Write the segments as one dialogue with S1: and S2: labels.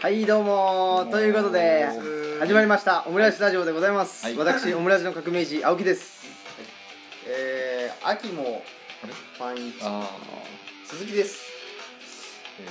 S1: はいどうもということで始まりましたオムライスラジオでございます、
S2: はい
S1: 私オムライスの革命児青木です
S3: えー、秋もパンイチ
S2: あ
S3: 鈴木です
S2: ー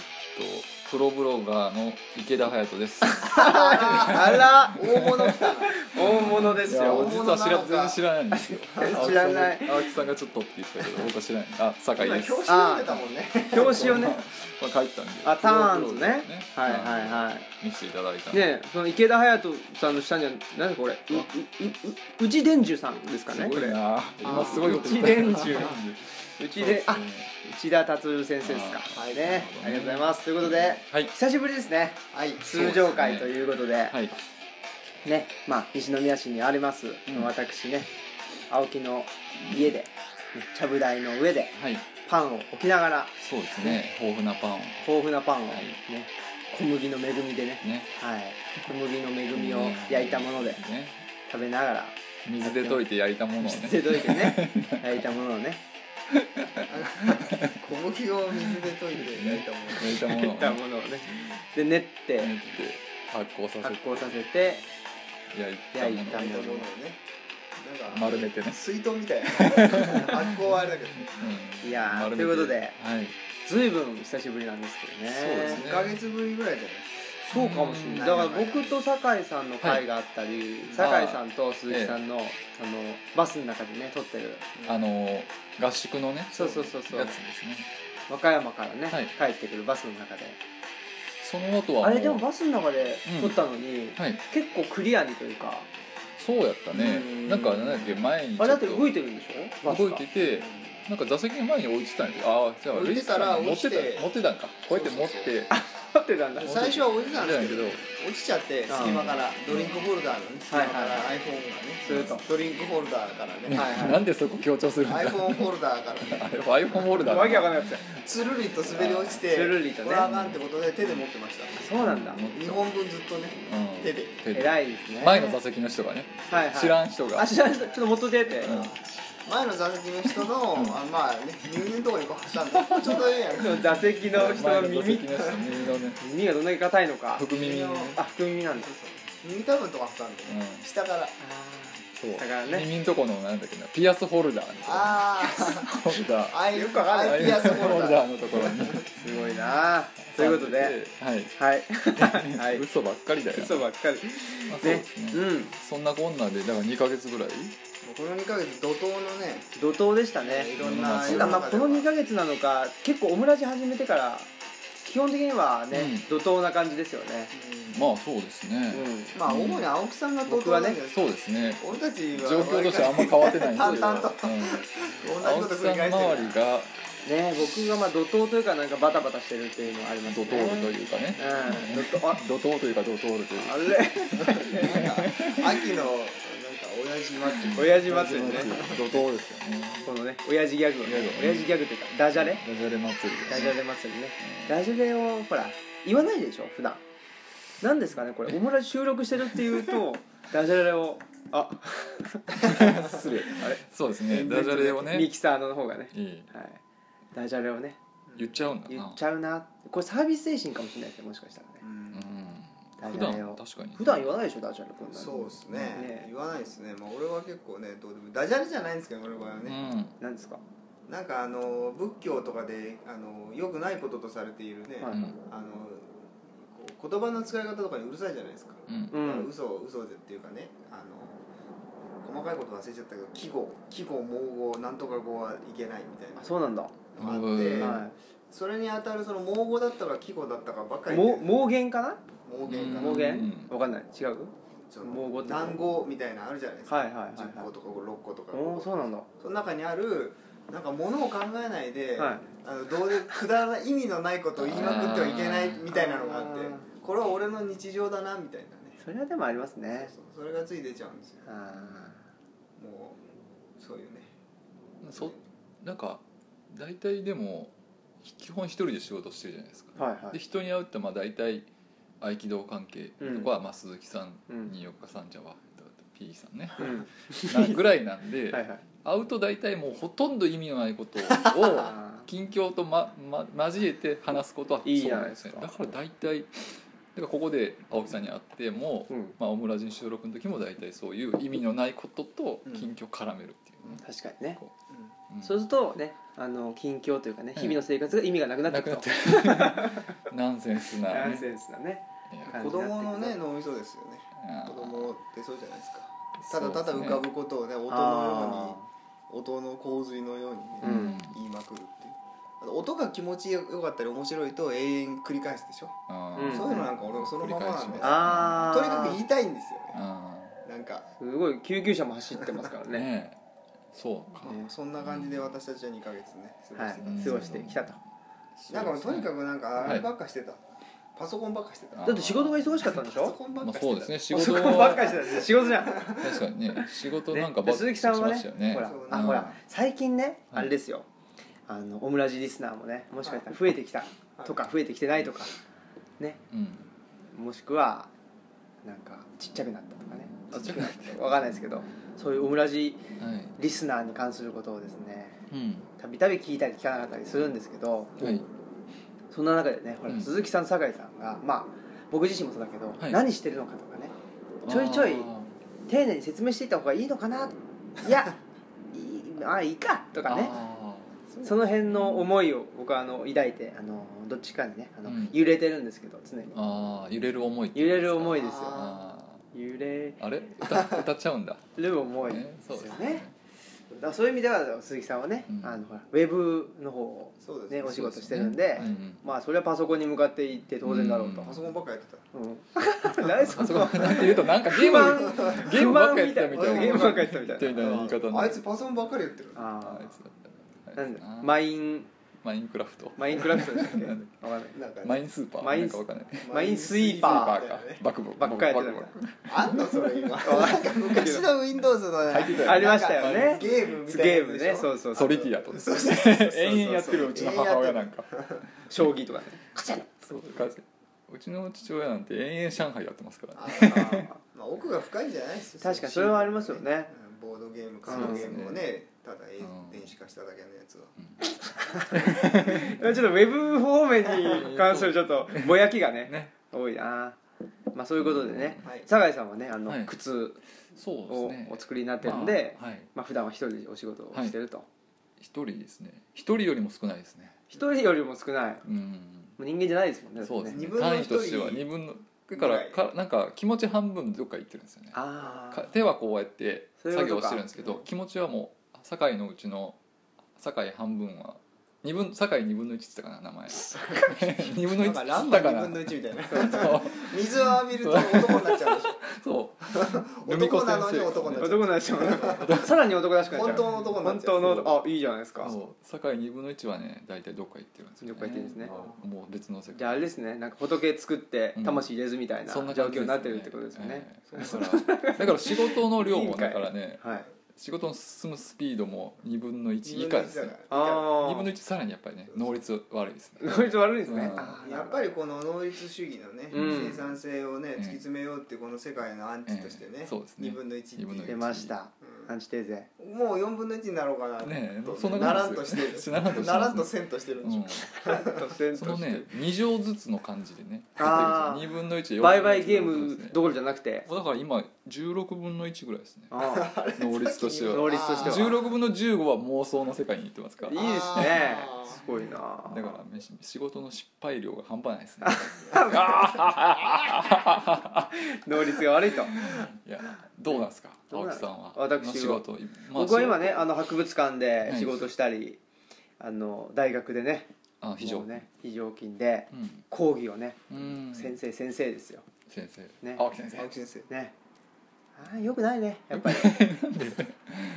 S2: えっとプロブロガーの池田隼 人です。
S1: あ ら
S3: 大物来たな
S1: 大物です
S2: いや
S1: よ
S2: 実は知ら
S3: 大物なの
S2: 全然
S3: か
S2: 知らないんですよ
S1: 。知らない
S2: 青木さん。青木さんがちょっとって言ってたけど僕は知らない。あ酒井
S3: 今
S2: です。
S3: 表紙読んでたもんね
S1: 表紙をね
S2: まあ書いてたんで。
S1: あターンズね
S2: プロ
S1: はい
S2: ブロガー
S1: は
S2: です
S1: いはい
S2: 見せていただいたんで。
S1: ねえその池田隼人さんの下には何だこれううううち伝寿さんですか
S2: す
S1: ね
S2: ご
S1: これ
S2: いな。今すごいこと
S1: 内伝
S2: 言った
S1: 授うちであ内田達先生ですか
S2: あー
S1: はいね
S2: な
S1: ありが
S2: るほどね
S1: とうございますということで
S2: はい。
S1: 久しぶりですね
S3: はい
S1: 通常会ということで
S2: はい。
S1: ねまあ西宮市にあります、
S2: うん
S1: 私ね青木の家でちゃぶ台の上で
S2: はい。
S1: パンを置きながら
S2: そうですね。豊富なパンを
S1: 豊富なパンをね、
S2: はい
S1: 小麦の恵みでね
S2: ね。
S1: はい小麦の恵みを焼いたもので
S2: ね。
S1: 食べながら
S2: 水で溶いて焼いたものをね。
S1: 捨てといて ね焼いたものをね
S3: 小麦を水で溶いて焼いたもん
S2: 焼
S1: 焼
S2: いたものを
S1: いた
S2: ね。
S1: ものをねで練って
S2: 練って発酵さ
S1: 発
S2: せ
S1: 酵させて
S2: て焼いたも
S1: 焼い
S2: の
S1: た
S2: を
S3: 焼
S1: も
S3: いたものをねなんか
S2: 丸めてね。
S3: 水筒みたいな発酵はあれだけど
S2: うん
S1: いやー
S2: 丸めて
S1: ということで
S2: はい。
S1: ずいぶん久しぶりなんですけどね
S2: そうですね
S3: 2ヶ月ぶりぐらいじゃない
S1: そうかもしれないだから僕と酒井さんの会があったり、
S2: はい
S1: 酒井さんと鈴木さんの,、あのバスの中でね撮ってる
S2: あの合宿のね
S1: そうそうそうそう
S2: やつですね
S1: 和歌山からね、
S2: はい
S1: 帰ってくるバスの中で
S2: その後は
S1: あれでも
S2: は
S1: バスの中で撮ったのに、
S2: い
S1: 結構クリアにというか
S2: そうやったね
S1: うん
S2: なんかなんだっけ前に
S1: あれだって
S2: ちょ
S1: 動
S2: っ
S1: いてるんでしょ
S2: と
S1: バスが
S2: 動い ててなんか座席の前に置いてたんやけどああじゃあ
S3: 置いてたら
S2: ルイスさん持ってた
S3: 落ちて
S2: 持ってたんかこうやって持っ
S3: そう
S2: て
S1: 立ってたんだ
S3: 最初は置いてたんですけど
S2: 置いて
S3: 落ちちゃって隙間からドリンクホルダーのね隙間から iPhone がね
S1: すると
S3: ドリンクホルダーからね
S1: はいはい
S2: なんでそこ強調するんだ
S3: iPhone ホルダーからね
S2: iPhone ホルダー
S1: わけわかんないやつや
S3: つるりと滑り落ちて
S1: つるりとね
S3: これあかんってことで手で持ってました
S1: そうなんだ
S2: うん
S3: 2本分ずっとね
S2: うん
S3: 手で
S2: 手で
S1: 偉いですね
S2: 前の座席の人がね
S1: はいはい
S2: 知らん人が
S1: あ知らん人ちょっと元出て、
S2: うん
S3: 前の座席の人の、あまあね入念とこにこう挟んでちょうどいいやん
S1: その座席の人の
S2: 前の座
S1: 耳
S2: 席の人耳のね
S1: 耳がどんだけ硬いのか
S2: 福耳のね
S1: あ福耳なんだ
S3: 耳たぶんとか挟んで、ね
S2: うん
S3: 下から
S2: そう
S1: だからね
S2: 耳のとこのなんだっけなピアスホルダーみたいな
S3: あ
S2: ホルダー
S3: あアイ
S1: よくわかんない
S3: アイピアス ホルダー
S2: のところに。
S1: すごいなあということで、
S2: はい。
S1: はいは
S2: はいい、嘘ばっかりだよ。
S1: 嘘ばっかり
S2: まあそう
S1: ね
S2: ですね。
S1: うん
S2: そんなこんなで、だから2ヶ月ぐらい。
S3: この2ヶ月怒涛のね
S1: 怒涛でしたね
S3: いろん
S2: まあ
S3: な
S1: た
S2: そう
S1: だまあこの2
S3: 月
S1: ヶ月なのか結構オムラジ始めてから基本的にはね、怒涛な感じですよね
S2: まあそうです
S1: う
S2: ね。
S1: ん
S3: まあ主に青木さんが怒
S1: 僕
S3: 涛
S1: は
S3: ん
S1: ね
S3: だけど
S2: そうですね。
S3: 俺たちは
S2: 状況としてあんま変わってないんですけど。
S3: 淡々と
S2: うん
S3: 同
S2: 青
S3: じ
S2: 木
S3: こと
S2: さ
S3: 繰
S2: ん
S3: り返してる
S2: 周りが
S1: ね僕がまあ怒涛というかなんかバタバタしてるっていうのはあります
S2: 怒
S1: ね
S2: 涛というかね。
S1: うん怒涛あ
S2: 怒涛というか怒涛というか。
S1: あれ
S3: なんか秋のなんか親父祭り
S1: 親父祭りね
S2: 怒涛ですよね。
S1: このね親父ギャグをね
S2: ギャグをね
S1: 親父ギャグっていうかダジャレ
S2: ダジャレ祭り。
S1: ダジャレ祭りねダジャレをほら言わないでしょ普段なんですかねこれオムラジ収録してるっていう とダジャレをあ
S2: 失礼。あれ。そうですね。ダジャレをね。
S1: ミ
S2: い
S1: キサーの方がね、
S2: い。
S1: はい、ダジャレをね
S2: 言っちゃうんだ
S1: 言
S2: な
S1: っ。ちゃうなこれサービス精神かもしれないですねもしかしたらね
S2: うん。
S1: ダジ
S2: 普
S1: ャレ
S2: 段
S1: を
S2: 確かに。
S1: 普段言わないでしょダジャレこんなの
S3: そうですね
S1: ね
S3: 言わないですねまあ俺は結構ねどうでもダジャレじゃないんですけど俺の場合は
S2: う
S3: ね、
S2: ん。
S1: なんですか
S3: なんかあの仏教とかであのよくないこととされているね、
S1: はい
S2: うん
S3: あのこう言葉の使い方とかにうるさいじゃないですか、
S2: うん
S1: う
S3: だから
S1: ん
S3: 嘘嘘でっていうかねあの細かいこと忘れちゃったけど季語季語盲語なんとか語はいけないみたい
S1: あ
S3: な
S1: そうなんだ、
S3: のがあって、
S2: うん
S1: は
S3: それに当たるその盲語だったか季語だったかばっか
S1: い
S3: り
S1: も
S3: 言ってる
S1: 盲言かな
S3: 盲言
S2: う
S3: かな
S2: ん
S1: 盲言
S2: う
S1: わかんない違う
S3: その
S1: 盲語ってこと
S3: 難語みたいなのあるじゃないですか、
S1: はいはいはいはい
S3: 10個とか6個とか
S1: おおそうなんだ
S3: その中にあるなんかものを考えないで、
S1: はい
S3: あのどうでくだらない意味のないことを言いまくってはいけないみたいなのがあって
S1: あー
S3: これは俺の日常だなみたいなね
S1: それはでもありますね
S3: そうそれがつい出ちゃうんですよ
S1: あ
S3: もうそういうね
S2: そなんか大体でも基本一人で仕事してるじゃないですか、
S1: ーはいは
S2: で
S1: い
S2: 人に会うってまあ大体合気道関係とかはまあ鈴木さん、新岡さんじゃわ P さ んね
S1: うん
S2: なぐらいなんで、
S1: はいはい
S2: 会うと大体もうほとんど意味のない ことを
S1: あー
S2: 近況と、まま、交えて話すことはい
S1: いじ
S2: そう
S1: ゃ
S2: な
S1: なんいで
S2: ですす
S1: か
S2: ねだから大体だからここで青木さんに会っても、
S1: うん
S2: まあ、オムラジン収録の時も大体そういう意味のないことと
S3: うん
S2: 近況絡めるっていうね、
S1: 確かにね
S2: うん
S1: そうするとねあの近況というかね
S2: うん
S1: 日々の生活が意味がなくなって
S2: な
S1: く
S2: く
S1: る
S2: な
S1: と
S2: っ、 てナンセンスな、
S1: ナ
S2: ね、
S1: ンセンスだね
S2: いや
S1: 感
S3: 子
S1: じにな
S3: 供
S1: って
S3: の
S1: くる
S3: ね脳みそですよね
S2: うん
S3: 子供ってそうじゃないですかただただ浮かぶことをね音のよ
S1: あ
S3: うに音の洪水のようにね、
S1: うん
S3: 言いまくるっていうあと音が気持ちよかったり面白いと永遠繰り返すでしょ、
S2: あ
S1: うん
S2: ー
S3: そういうのなんか俺そのままなんで
S2: 繰り返し
S1: ー
S2: ま
S1: あー
S3: とにかく言いたいんですよね
S2: あ
S3: なんか、
S1: すごい救急車も走ってますから
S2: ー
S1: ね
S2: ねえそうか
S1: ね
S3: そんな感じで私たちは2ヶ月ね過ご
S1: は
S3: してたんで
S1: い
S3: す
S1: 過
S3: よ、
S1: ごしてきたと
S3: なんかもうとにか
S2: く
S3: くなんかあればっかしてた、パソコンばっかしてた
S2: あ
S1: だって仕事が忙しかったんでし
S3: パソ
S1: ょ
S3: コンばっ
S2: ま
S3: か
S2: あ
S3: してた、
S2: そうですね仕
S1: パソ
S2: 事
S1: コ
S2: を
S1: ンばっかりしてたんです仕事じゃん
S2: 確かにね仕事なんか
S1: ね
S2: ば
S1: で
S2: っか
S1: 鈴
S2: り
S1: 木
S2: して
S1: さんは
S2: ま
S1: ね
S2: したよね
S1: ほら
S3: そう
S1: あ
S3: うん
S1: ほら最近ね
S2: はい
S1: あれですよあのオムラジリスナーもねもしかしたら増えてきたとか増えてきてないとかね
S2: うん
S1: もしくはなんかちっちゃくなったとかね
S2: あちっちゃくなった
S1: わかんないですけどそういうオムラジ
S2: はい
S1: リスナーに関することをですね
S2: うん
S1: たびたび聞いたり聞かなかったりするんですけど
S2: はい
S1: そんな中でねほら、
S2: うん
S1: 鈴木さん酒井さんがまあ僕自身もそうだけど、
S2: はい
S1: 何してるのかとかねちょいちょい
S2: あ
S1: 丁寧に説明していった方がいいのか ないやいいあいいかと
S2: ー
S1: かね
S2: あ
S1: その辺の思いを僕はあの抱いてあのどっちかにねあの、
S2: うん
S1: 揺れてるんですけど常に
S2: ーあー揺れる思い
S1: 揺れる思いですよ
S3: あ
S2: あ
S1: 揺れ
S2: ーあれ歌歌っちゃうんだ
S1: る 思い
S2: ね
S1: で
S2: そう
S1: す
S2: で
S1: よ
S2: す
S1: ね
S2: ね
S1: だからそういう意味では鈴木さんはね、
S2: うん
S1: あのほらウェブの方を
S3: そうですね
S1: ねお仕事
S2: そうですね
S1: してるんで、
S2: うんうん
S1: まあそれはパソコンに向かっていって当然だろうと、
S3: パソコンばっかやってた
S1: うん 何そ
S2: あそ こ
S1: こ
S2: なんて言うとなんかゲ
S1: 不
S2: ーム
S1: 満
S2: ゲームばっかやってたみたいな
S1: ゲームばっかやってたみた
S2: みた
S1: い
S2: い
S1: な
S2: な言い方にな
S3: あ
S2: る
S3: いつパソコンばっかりやってる
S1: あ
S2: あい
S1: あ
S2: つだった
S1: なんだ
S2: あいつな
S1: マイン
S2: マインクラフト
S1: マインクラフトでしたっけ
S2: な
S1: わ
S2: ん
S1: かんない
S3: なんかね
S2: マインスーパー
S1: マイン
S2: なんかわかんない
S1: マインスイーパ
S2: スーパーか
S3: みたいなね
S2: バックボ
S1: ばっかやってたみ
S2: バッ
S1: た
S2: ク
S1: い
S2: ボ
S3: あんのそれ今 なんか昔の Windows のね
S2: 入ってたよ
S1: なありましたよね
S3: ゲームみたいな
S1: ゲ
S3: や
S1: ー
S3: つ
S1: ム
S3: でしょ
S1: ねそうそう
S2: ソ
S1: そう
S2: リティアとです
S3: そうそう
S2: 延々やってるうちの母親なんか
S1: 将棋とかねカチャン
S2: そううちの父親なんて延々上海やってますからね
S3: あーまあ奥が深いんじゃないです
S1: 確かにそれはありますよね
S3: うんボードゲームカードゲームをねただえ
S2: うん
S3: 電子化しただけのやつは
S1: ちょっとウェブ方面に関するちょっとぼやきがね
S2: ね
S1: 多いなまあそういうことでね
S3: はい
S1: 酒井さんはねあの、
S2: はい
S1: 靴
S2: そうです
S1: を
S2: ね
S1: お作りになってるんで、まあ
S2: まあはい
S1: 普段は一人でお仕事をしてると、
S2: 一人ですね一人よりも少ないですね
S1: 一人よりも少ないも
S2: うん
S1: う人間じゃないですもんね
S2: そうです
S1: だってね
S2: ね
S3: 二分の一
S2: 単位としては二分のだからかなんか気持ち半分どっか行ってるんですよね
S1: あ
S2: か
S1: あ
S2: 手はこうやって
S1: そういうことか
S2: 作業してるんですけど気持ちはもう堺のうちの堺半分は二分堺二分の一って言ったかな名前二分の
S3: な
S2: 一って
S3: んか
S2: 言
S3: ラ
S2: っ
S3: ンバ
S2: たか
S3: 2
S2: な
S3: 分の1みたいな
S2: そう
S3: 水を浴びると男になっちゃうでし
S2: そうルミ
S3: 男
S2: コ先
S3: なのに
S2: 生
S3: 男になっち
S1: 男らしい
S3: ゃう
S1: もんね さらに男らしく
S3: ょ
S1: なっちゃう
S3: 本当の男になっ
S1: 本
S3: ちゃう
S1: 当のあいいじゃないですか
S2: そう堺二分の一はね大体どっか行ってるんですよ、ね、
S1: どっか行ってるんですね
S2: もう別の世界
S1: じゃああれですねなんか仏作って
S2: うん
S1: 魂入れずみたいな状
S2: そんな状
S1: 況
S2: 況
S1: になってるってことですよね、
S2: だからだから仕事の量
S1: いいん
S2: も
S1: かい
S2: だからね
S1: はい
S2: 仕事の進むスピードも二分の一
S3: 2
S2: 以
S3: 分
S2: 下で
S3: の1
S2: す
S3: だ
S2: ね
S3: から
S1: あ
S2: 二
S1: あ
S2: 分の一さらにやっぱりね能率悪いですね
S1: こいつ悪いですね、
S2: うん
S1: あー
S3: やっぱりこの能率主義のね、
S1: うん
S3: 生産性をね
S2: え
S3: 突
S2: え
S3: き詰めようっていうこの世界のアンチとしてね,、
S2: ええそうですね
S3: 2分の1ってい
S2: 二分の
S1: 出
S2: 一
S3: う
S1: ました
S3: う
S1: アンチテーゼ
S3: もう4分の1になろうかなと、
S2: ねえそんな
S3: なら
S2: 感
S3: ん
S2: じ
S3: と
S2: で
S3: し
S2: す
S3: て
S2: よ
S3: る
S2: ねならんとしてますね
S3: ならんとせんとしてるんでしょ、
S2: う
S1: 突
S2: んそのね二乗ずつの感じでね
S1: あー
S2: 二分の一
S1: 売買ゲームどころじゃなくて
S2: だから今十六分の一ぐらいですね
S1: ああ
S2: 能率としては
S1: 能率としては
S2: 十六分の十五は妄想の世界に行ってますから
S1: いい
S2: だ
S1: で
S2: か
S1: すね
S3: あー
S1: すごいな
S2: らめし仕事の失敗量が半端ないですね
S1: 能率が悪いと
S2: いやどうなんですか
S1: どう
S2: 青
S1: な
S2: 木
S1: ん
S2: さんは
S1: 私は
S2: の仕事まあ
S1: 僕は今
S2: 仕
S1: ねあの博物館で仕事したりあの大学でね
S2: 事あ非常
S1: もうね非常勤で
S2: うん
S1: 講義をね
S2: うん
S1: 先生
S2: 先
S1: 先生ですよ
S2: 生
S1: ね
S2: 青木先
S3: 青
S2: 生
S3: 木先生
S1: ねああよくないねやっぱり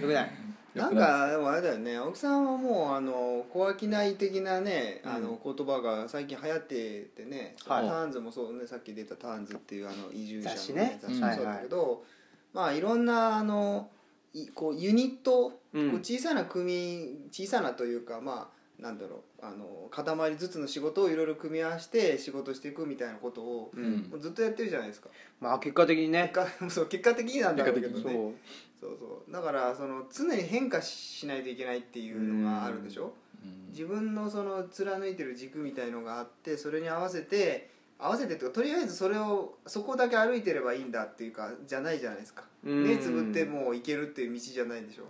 S1: よくない
S3: なんかでもあれだよね青木さんはもうあの小商い的なね、あの言葉が最近流行っててね、
S1: はい
S3: ターンズもそうねさっき出た「ターンズ」っていうあの移住者の、
S1: 雑誌ね
S3: 雑誌もそうだけど、まあいろんなあのいこうユニット、
S1: うん
S3: こう小さな組小さなというかまあなんだろうあの塊ずつの仕事をいろいろ組み合わせて仕事していくみたいなことを、
S1: う
S2: うんん
S3: もうずっとやってるじゃないですか
S1: まあ結果的にね
S3: 結果 そう結果的になんだろうけど
S1: そ
S3: ね
S1: う
S3: そうそうだからその常に変化しないといけないっていうのがあるでしょ
S2: うん
S3: 自分のその貫いてる軸みたいのがあってそれに合わせて合わせてとかとりあえずそれをそこだけ歩いてればいいんだっていうかじゃないじゃないですか
S1: うん
S3: 目つぶってもう行けるっていう道じゃないでしょ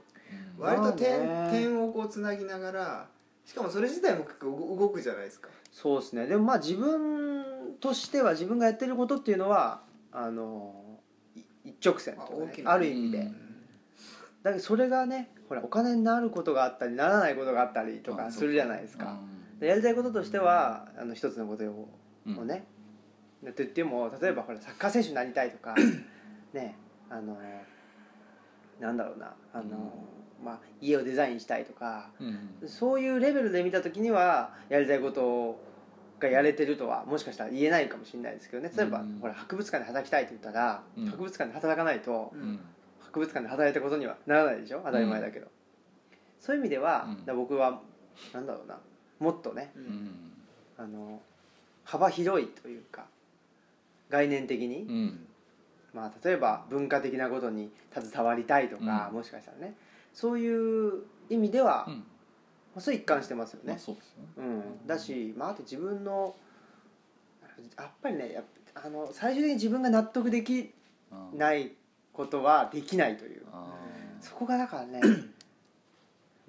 S2: うん
S3: 割と点,、
S1: まあね
S3: 点をこうつなぎながらしかもそれ自体も結構動動くじゃないですか
S1: そうですねでもまあ自分としては自分がやってることっていうのはあのい一直線とかね
S3: まあ大きな
S1: ある意味で、
S2: うん
S1: だけどそれがねほらお金になることがあったりならないことがあったりと
S2: あ
S1: か
S2: そう
S1: するじゃないですかでやりたいこととしてはあの一つのことを
S2: うん
S1: をね、と言っても例えばほらサッカー選手になりたいとかねあのなんだろうなあの、まあ、家をデザインしたいとか
S2: うん
S1: そういうレベルで見た時にはやりたいことがやれてるとはもしかしたら言えないかもしれないですけどね例えば、
S2: うん
S1: ほら博物館で働きたいって言ったら、
S2: うん
S1: 博物館で働かないと
S2: うんうん
S1: 博物館で働いたことにはならないでしょ当たり前だけど、そういう意味では、
S2: うん
S1: だから僕はなんだろうなもっとね
S3: う
S2: うんん
S1: あの幅広いというか概念的に、
S2: うん
S1: まあ、例えば文化的なことに携わりたいとか、
S2: うん
S1: もしかしたらねそういう意味では、
S2: う
S1: ま
S2: ん
S1: あ、それ一貫してますよ
S2: まあ
S1: ね、
S2: そうですよね
S1: うん、だし、まあ、あと自分のやっぱりねやっぱあの最終的に自分が納得でき
S2: あー
S1: ないことはできないという
S2: あー
S1: そこがだから ね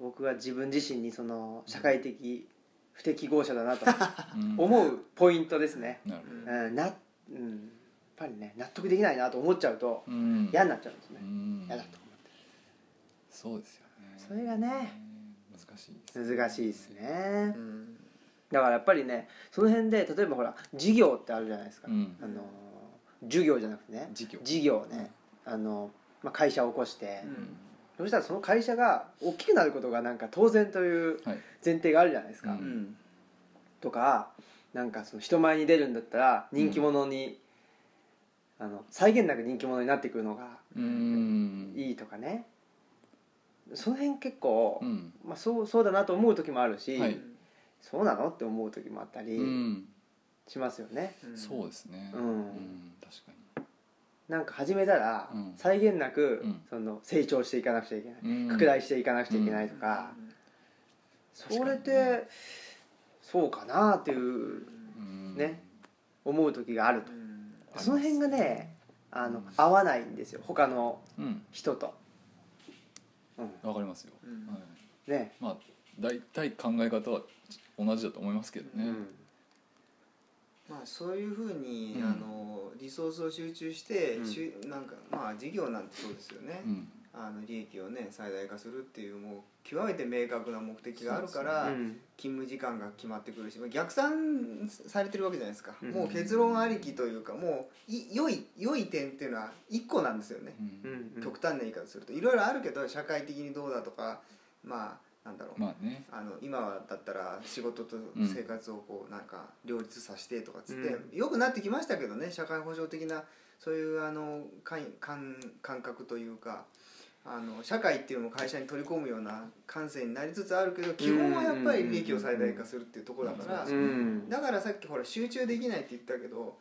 S1: 僕は自分自身にその社会的不適合者だなと
S2: うん
S1: 思うポイントですね、
S2: なるほど
S1: うんなうん、やっぱりね納得できないなと思っちゃうと
S2: うん
S1: 嫌になっちゃうんですね、
S2: うん
S1: 嫌だと思
S2: そうですよね
S1: それがね
S2: 難しいで
S1: って難しいですね
S3: うん
S1: だからやっぱりねその辺で例えばほら事業ってあるじゃないですか、
S2: うん
S1: あの授業じゃなくてね
S2: 事業
S1: 事業ね、あのまあ、会社を起こして、
S3: うん
S1: そしたらその会社が大きくなることがなんか当然という
S2: はい
S1: 前提があるじゃないですか、
S2: う
S3: うん
S1: とかなんかその人前に出るんだったら人気者に、あの際限なく人気者になってくるのが
S2: うん
S1: いいとかねその辺結構、
S2: うん
S1: まあ、そうそうだなと思う時もあるし、
S2: はい
S1: そうなのって思う時もあった
S2: う
S1: り
S2: ん
S1: しますよね、
S3: うん
S2: そうですね
S1: うん
S2: うん確か
S1: なんか始めたら
S2: うん
S1: 際限なく、
S2: うん
S1: その成長していかなくちゃいけない、
S2: に
S1: 拡大していかなくちゃいけないとか、それってそうかなっていう
S2: うん
S1: ね思う時があると
S3: うん
S2: あります
S1: その辺がねあの、
S2: うん
S1: 合わないんですよ他の
S2: うん
S1: 人と、うん、
S2: わかりますよ
S3: うん
S2: はい
S1: ね、
S2: まあ大体考え方は同じだと思いますけど
S1: う
S2: ね
S1: ん
S3: まあ、そういうふうに、
S2: うん
S3: あのリソースを集中して、
S1: うん
S3: しゅなんかまあ事業なんてそうですよね、
S2: うん
S3: あの利益をね最大化するっていうもう極めて明確な目的があるから、
S1: うん
S3: 勤務時間が決まってくるしまあ逆算されてるわけじゃないですか、
S1: うん
S3: もう結論ありきというかもうい良い良い点っていうのは1個なんですよね、
S2: うん
S1: うん
S3: 極端な言い方するといろいろあるけど社会的にどうだとかまあなんだろう、
S2: まあね
S3: あの今はだったら仕事と生活をこうなんか両立させてとかっつって、
S1: う
S3: よくなってきましたけどね社会保障的なそういうあの感感感覚というかあの社会っていうのも会社に取り込むような感性になりつつあるけど基本はやっぱり利益を最大化するっていうところだから、
S1: うん
S3: だからさっきほら集中できないって言ったけど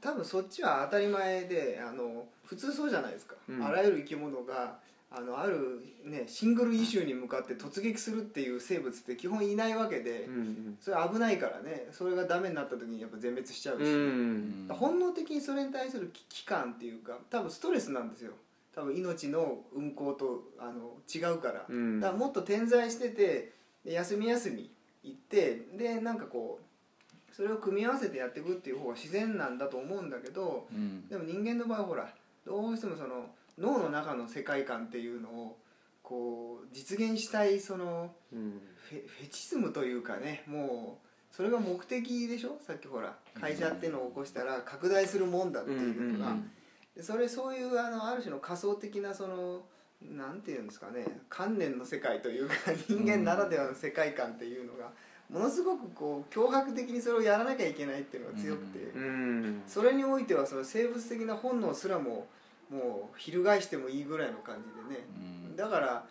S3: 多分そっちは当たり前であの普通そうじゃないですか、
S1: うん
S3: あらゆる生き物があのある、ね、シングルイシューに向かって突撃するっていう生物って基本いないわけで
S1: うんうん
S3: それ危ないからねそれがダメになった時にやっぱ全滅しちゃうし、
S1: うん
S3: 本能的にそれに対する危機感っていうか多分ストレスなんですよ多分命の運行とあの違うから。
S1: うん
S3: だからもっと点在しててで休み休み行ってでなんかこうそれを組み合わせてやっていくっていう方が自然なんだと思うんだけど
S2: うん
S3: でも人間の場合ほらどうしてもその脳の中の世界観っていうのをこう実現したいその
S1: うん
S3: フェフェチズムというかねもうそれが目的でしょさっきほら会社ってのを起こしたら拡大するもんだっていうのが、
S2: うん
S3: でそれそういうあのある種の仮想的なそのなんていうんですかね観念の世界というか人間ならではの世界観っていうのがものすごくこう脅迫的にそれをやらなきゃいけないっていうのが強くて、
S2: う
S1: うん
S3: それにおいてはその生物的な本能すらももう翻してもいいぐらいの感じでね、
S2: うん
S3: だから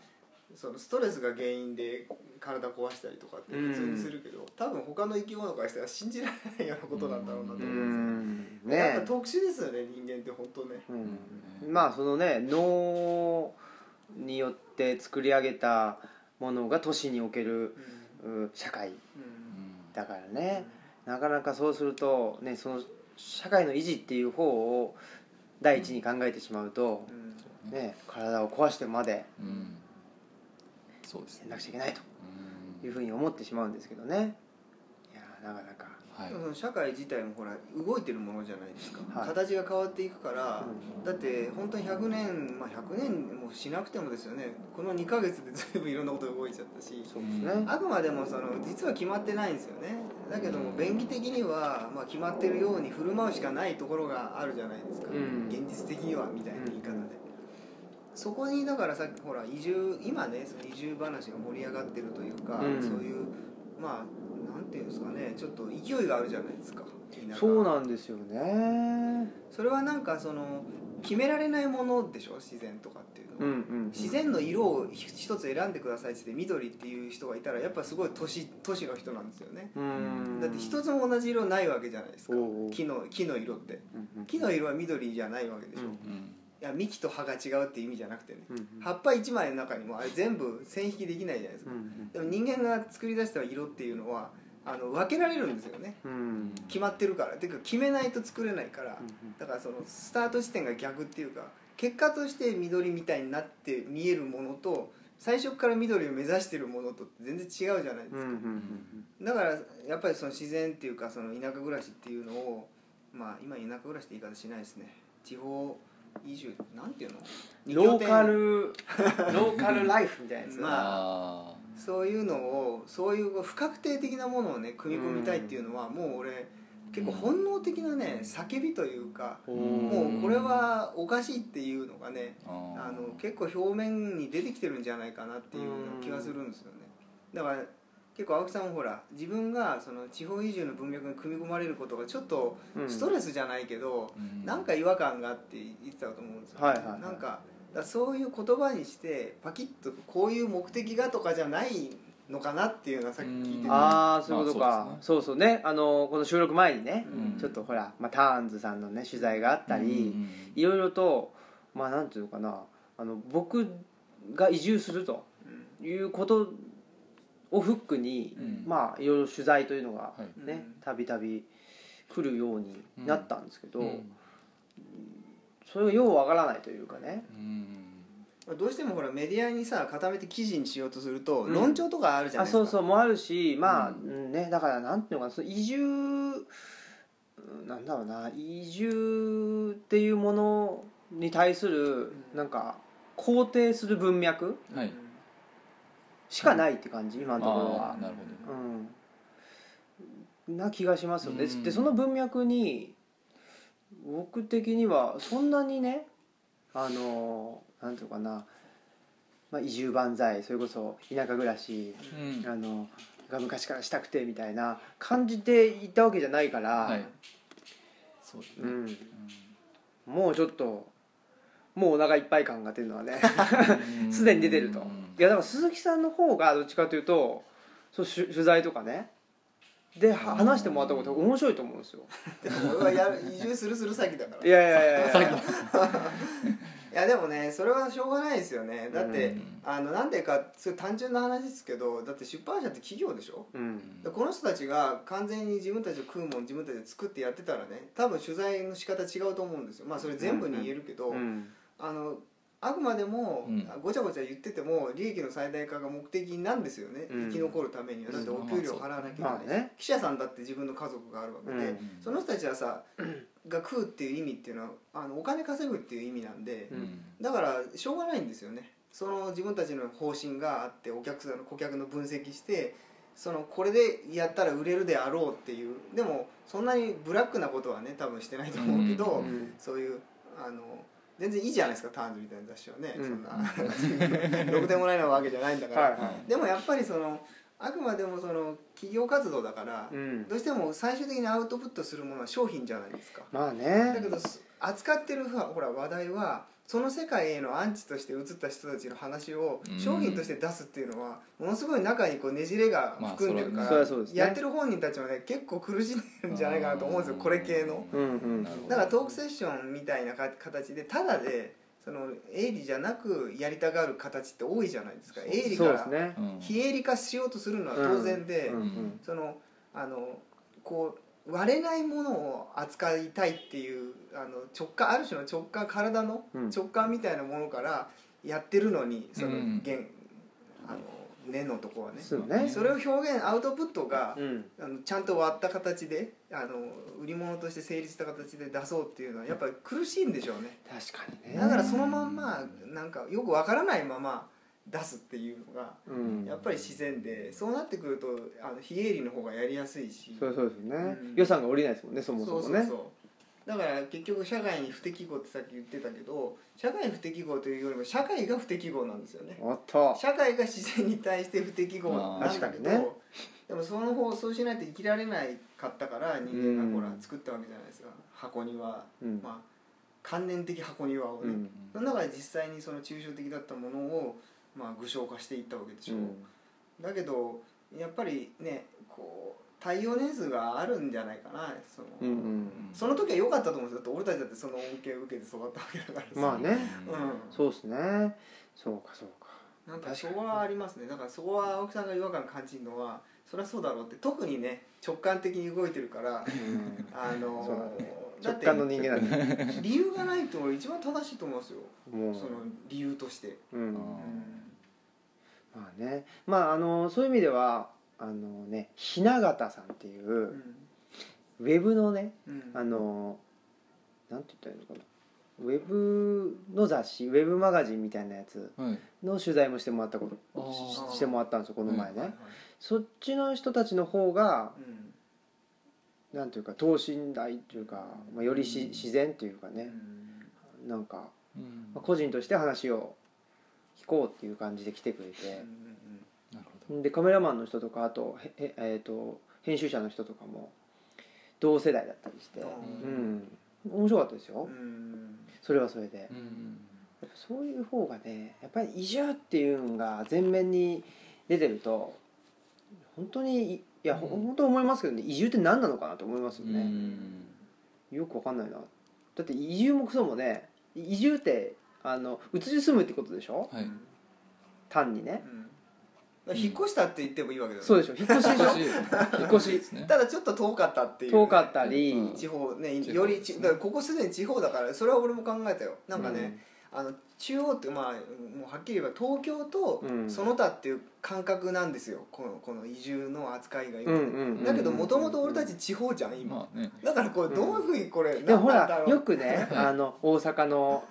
S3: そのストレスが原因で体壊したりとかって普通にするけど、多分他の生き物からしたら信じられないようなことなんだろうなと思
S1: う
S3: うん
S1: ん
S3: ですよ、やっ
S1: ね
S3: ぱ特殊ですよね人間って本当ね。
S1: うんまあそのね脳によって作り上げたものが都市におけるう社会
S3: うん
S1: だからねなかなかそうするとねその社会の維持っていう方を第一に考えてしまうと、
S3: うん
S1: ね、体を壊してまで
S2: うんそうです
S1: やんなくちゃいけないと
S2: う
S1: い
S2: ん
S1: うふうに思ってしまうんですけどねいやーなかなか
S2: はい
S3: でもその社会自体もほら動いてるものじゃないですか、
S1: はい
S3: 形が変わっていくから、
S1: う
S3: だって本当に100年、まあ、100年もしなくてもですよねこの2ヶ月で全部いろんなこと動いちゃったし
S1: そうですね、
S2: うん
S3: あくまでもその実は決まってないんですよねだけども便宜的には、まあ、決まってるように振る舞うしかないところがあるじゃないですか、
S1: うん
S3: 現実的にはみたいな言い方で、
S1: うん
S3: そこにだからさっきほら移住今ねその移住話が盛り上がってるというか、
S1: うん
S3: そういうまあなんていうんですかねちょっと勢いがあるじゃないですか田舎
S1: そうなんですよね
S3: それはなんかその決められないものでしょ自然とかっていうのは
S1: うんうん
S3: 自然の色を一つ選んでくださいって言って緑っていう人がいたらやっぱすごい都市都市の人なんですよね
S1: うん
S3: だって一つも同じ色ないわけじゃないですか
S1: おうおう
S3: 木の木の色って
S1: うんうん
S3: 木の色は緑じゃないわけでしょ、
S1: うん
S3: い
S2: うん
S3: や幹と葉が違うって意味じゃなくてね
S1: うん
S3: 葉っぱ一枚の中にもあれ全部線引きできないじゃないで
S1: う
S3: すか
S1: ん
S3: でも人間が作り出した色っていうのはあの分けられるんですよね
S1: うんうん
S3: 決まってるからていうか決めないと作れないから、
S1: うん
S3: だからそのスタート地点が逆っていうか結果として緑みたいになって見えるものと最初から緑を目指してるものと全然違うじゃないです
S1: う
S3: か、
S1: んうんうん
S3: だからやっぱりその自然っていうかその田舎暮らしっていうのをまあ今田舎暮らしって言い方しないですね地方移住なんていうの
S1: ローカ
S3: 二拠
S1: ルローカルライフみたいなやつ、
S3: ま
S2: あ
S3: 点そういうのをそういう不確定的なものをね組み込みたいっていうのはもう俺結構本能的なね叫びというか
S1: お
S3: も
S1: ー
S3: うこれはおかしいっていうのがね
S2: ーあ
S3: あの結構表面に出てきてるんじゃないかなっていうような気がするんですよねだから結構青木さんもほら自分がその地方移住の文脈に組み込まれることがちょっと
S1: うん
S3: ストレスじゃないけど、
S2: うん
S3: なんか違和感があって言ってたと思うんですよ、ね
S1: はいはいはい
S3: なんかだからそういう言葉にしてパキッとこういう目的がとかじゃないのかなっていうのはさっき聞いてて
S2: うん
S1: ああそういうことか、
S2: まあ
S1: そうそうねあのこの収録前にね、
S2: うん
S1: ちょっとほら、まあ、ターンズさんのね取材があったり、
S2: うん
S1: いろいろとまあなんていうのかなあの僕が移住すると
S3: うん
S1: いうことをフックに、
S2: うん
S1: まあいろいろ取材というのが
S2: はい
S1: ね、
S3: うん
S1: たびたび来るようになったんですけど、
S2: うん
S1: それがようわからないというかね、
S2: うん
S3: まあどうしてもほらメディアにさ固めて記事にしようとすると
S1: うん
S3: 論調とかあるじゃな
S1: あ
S3: いですか、
S1: そうそうもあるしまあ、
S2: う
S1: うんねだからなんていうのかなその移住うんなんだろうな移住っていうものに対する
S3: うん
S1: なんか肯定する文脈
S2: はい
S1: しかないって感じ、今のところ
S2: あ
S1: は
S2: ー、なるほ
S1: うん、な気がしますよね、
S2: うん
S1: でその文脈に僕的にはそんなにねあのなんていうのかな、まあ、移住万歳それこそ田舎暮らし
S2: ど
S1: あ
S2: うん
S1: のが昔からしたくてみたいな感じで行ったわけじゃないから、
S2: はいそうです
S1: う
S2: ね
S1: ん、もうちょっともうお腹いっぱい感が出るのはね
S2: うん
S1: すでに出てると、
S2: うん
S1: いやだから鈴木さんの方がどっちかというとそう取取材とかねでは話してもらったことが面白いと思うんですよ
S3: でも俺はやる移住するする詐欺だから
S1: いやいやい やいや
S3: いやでもねそれはしょうがないですよねだって、
S2: うん
S3: あのなんでかすごい単純な話ですけどだって出版社って企業でしょ
S1: うん
S3: でこの人たちが完全に自分たちで食うもん自分たちで作ってやってたらね多分取材の仕方違うと思うんですよまあそれ全部に言えるけど、
S1: うん
S3: あのあくまでも、
S2: うん
S3: ごちゃごちゃ言ってても利益の最大化が目的なんですよね、
S1: うん
S3: 生き残るためにはだってお給料払わなきゃいけないし、
S1: まあね
S3: 記者さんだって自分の家族があるわけで、
S1: うん
S3: その人たちはさが食うっていう意味っていうのはあのお金稼ぐっていう意味なんで、
S2: うん
S3: だからしょうがないんですよねその自分たちの方針があってお客さんの顧客の分析してそのこれでやったら売れるであろうっていうでもそんなにブラックなことはね多分してないと思うけど、
S2: うん
S1: うん
S3: そういうあの全然いいじゃないですかターンズみたいな雑誌はね、
S1: うん
S3: そんな ろくでもないのわけじゃないんだから、
S1: はい
S2: は
S1: はい
S3: でもやっぱりそのあくまでもその企業活動だから、
S1: い、うん、
S3: どうしても最終的にアウトプットするものは商品じゃないですか
S1: まあ
S3: だけ
S1: ね
S3: どす扱ってるほら話題はその世界へのアンチとして映った人たちの話を
S2: うん
S3: 商品として出すっていうのはものすごい中にこうねじれが含んでる
S2: ま
S3: から、
S2: あそれ
S1: はそうですね
S3: やってる本人たちもね結構苦しんでるんじゃないかなと思うんですよこれ系の。
S1: うんうん
S2: なるほど
S3: だからトークセッションみたいなか形でただでその営利じゃなくやりたがる形って多いじゃないですか営利か
S1: そうです
S3: ら
S1: ね
S2: うん
S3: 非営利化しようとするのは当然で、
S1: うんうん
S3: そのあのこう割れないものを扱いたいっていうあの直感ある種の直感体の
S1: うん
S3: 直感みたいなものからやってるのにその
S2: うん
S3: 現、あの根のとこはね
S1: そうね
S3: それを表現アウトプットが、
S1: うん
S3: あのちゃんと割った形であの売り物として成立した形で出そうっていうのはやっぱり苦しいんでしょうね
S1: 確かにね
S3: だからそのまんまなんかよくわからないまま出すっていうのが
S1: うん
S3: やっぱり自然でそうなってくるとあの非営利の方がやりやすいし
S1: そうそうですね、
S3: うん
S1: 予算が下りないですもんねそもそもね
S3: そうだから結局社会に不適合ってさっき言ってたけど社会不適合というよりも社会が不適合なんですよね
S1: おっと
S3: 社会が自然に対して不適合なんだけど、
S1: あー確かにね
S3: でもその方そうしないと生きられないかったから人間がほら
S1: うん
S3: 作ったわけじゃないですか箱庭、
S1: うん、
S3: まあ観念的箱庭を
S1: う
S3: ね、
S1: ん
S3: その中で実際にその抽象的だったものを、まあ、具象化していったわけでし
S1: う
S3: ょ、
S1: ん
S3: だけどやっぱりねこう対応年数があるんじゃないかなその,、
S1: うんうん
S3: その時は良かったと思うんですよだって俺たちだってその恩恵を受けて育ったわけだからさ、
S1: まあね
S3: うん
S1: そうですねそうかそうか
S3: なんかそこはありますねだからそこは青木さんが違和感感じるのはそりゃそうだろうって特にね直感的に動いてるから
S1: うん
S3: あの
S1: そうなんだね
S3: だ
S1: 直
S3: って
S1: 感の人間なんで
S3: 理由がないと俺一番正しいと思いますよ、
S1: もう
S3: その理由として、
S1: うん
S2: あ
S1: まあねまああのそういう意味ではあのね雛形さんっていううんウェブのね
S3: うん
S1: あのなんて言ったらいいのかなウェブの雑誌ウェブマガジンみたいなやつ
S2: はい
S1: の取材もしてもらったこ
S2: あ
S1: と
S2: ー
S1: ししてもらったんですよこの前ね、
S3: はいはい
S1: そっちの人たちの方が
S3: うん
S1: なんというか等身大というか、まあ、よりし、
S2: うん
S1: 自然というか
S3: う
S1: ね
S3: ん
S1: なんか
S2: うん
S1: まあ個人として話を聞こうっていう感じで来てくれ
S3: うん
S1: て
S3: う
S2: な
S3: ん
S2: るほど
S1: でカメラマンの人とかあとへへ、えー、と編集者の人とかも同世代だったりして、う、
S3: うん
S1: 面白かったですよ、
S3: うん
S1: それはそれで、
S2: うん
S1: やっぱそういう方がねやっぱり移住っていうのが前面に出てると本当にいや、ほ
S2: うん
S1: 本当思いますけどね移住って何なのかなと思いますよ
S2: う
S1: ね、
S2: ん
S1: よくわかんないなだって移住もクソもね移住ってあの移り住むってことでしょ
S2: はいう
S1: 単にね
S3: んだから引っ越したって言ってもいいわけだよね
S1: そうでしょ引っ越しでし
S2: 引
S1: ょ
S2: っ越し引 っ越しですね
S3: ただちょっと遠かったっていうね、
S1: 遠かったり、
S2: うん
S3: 地方ね
S2: 地方
S3: より
S2: です
S3: ち
S2: ね
S3: だからここすでに地方だからそれは俺も考えたよなんかね、あの中央ってまあもうはっきり言えば東京と
S1: うん
S3: その他っていう感覚なんですよこのこの移住の扱いが今、
S1: うんうんうんうん
S3: だけどもともと俺たち地方じゃん今、
S2: まあね
S3: だからこれどういうふうにこれ、
S1: でもほ
S3: なんだ
S1: ら
S3: ろう
S1: よくね
S2: はい
S1: あの大阪の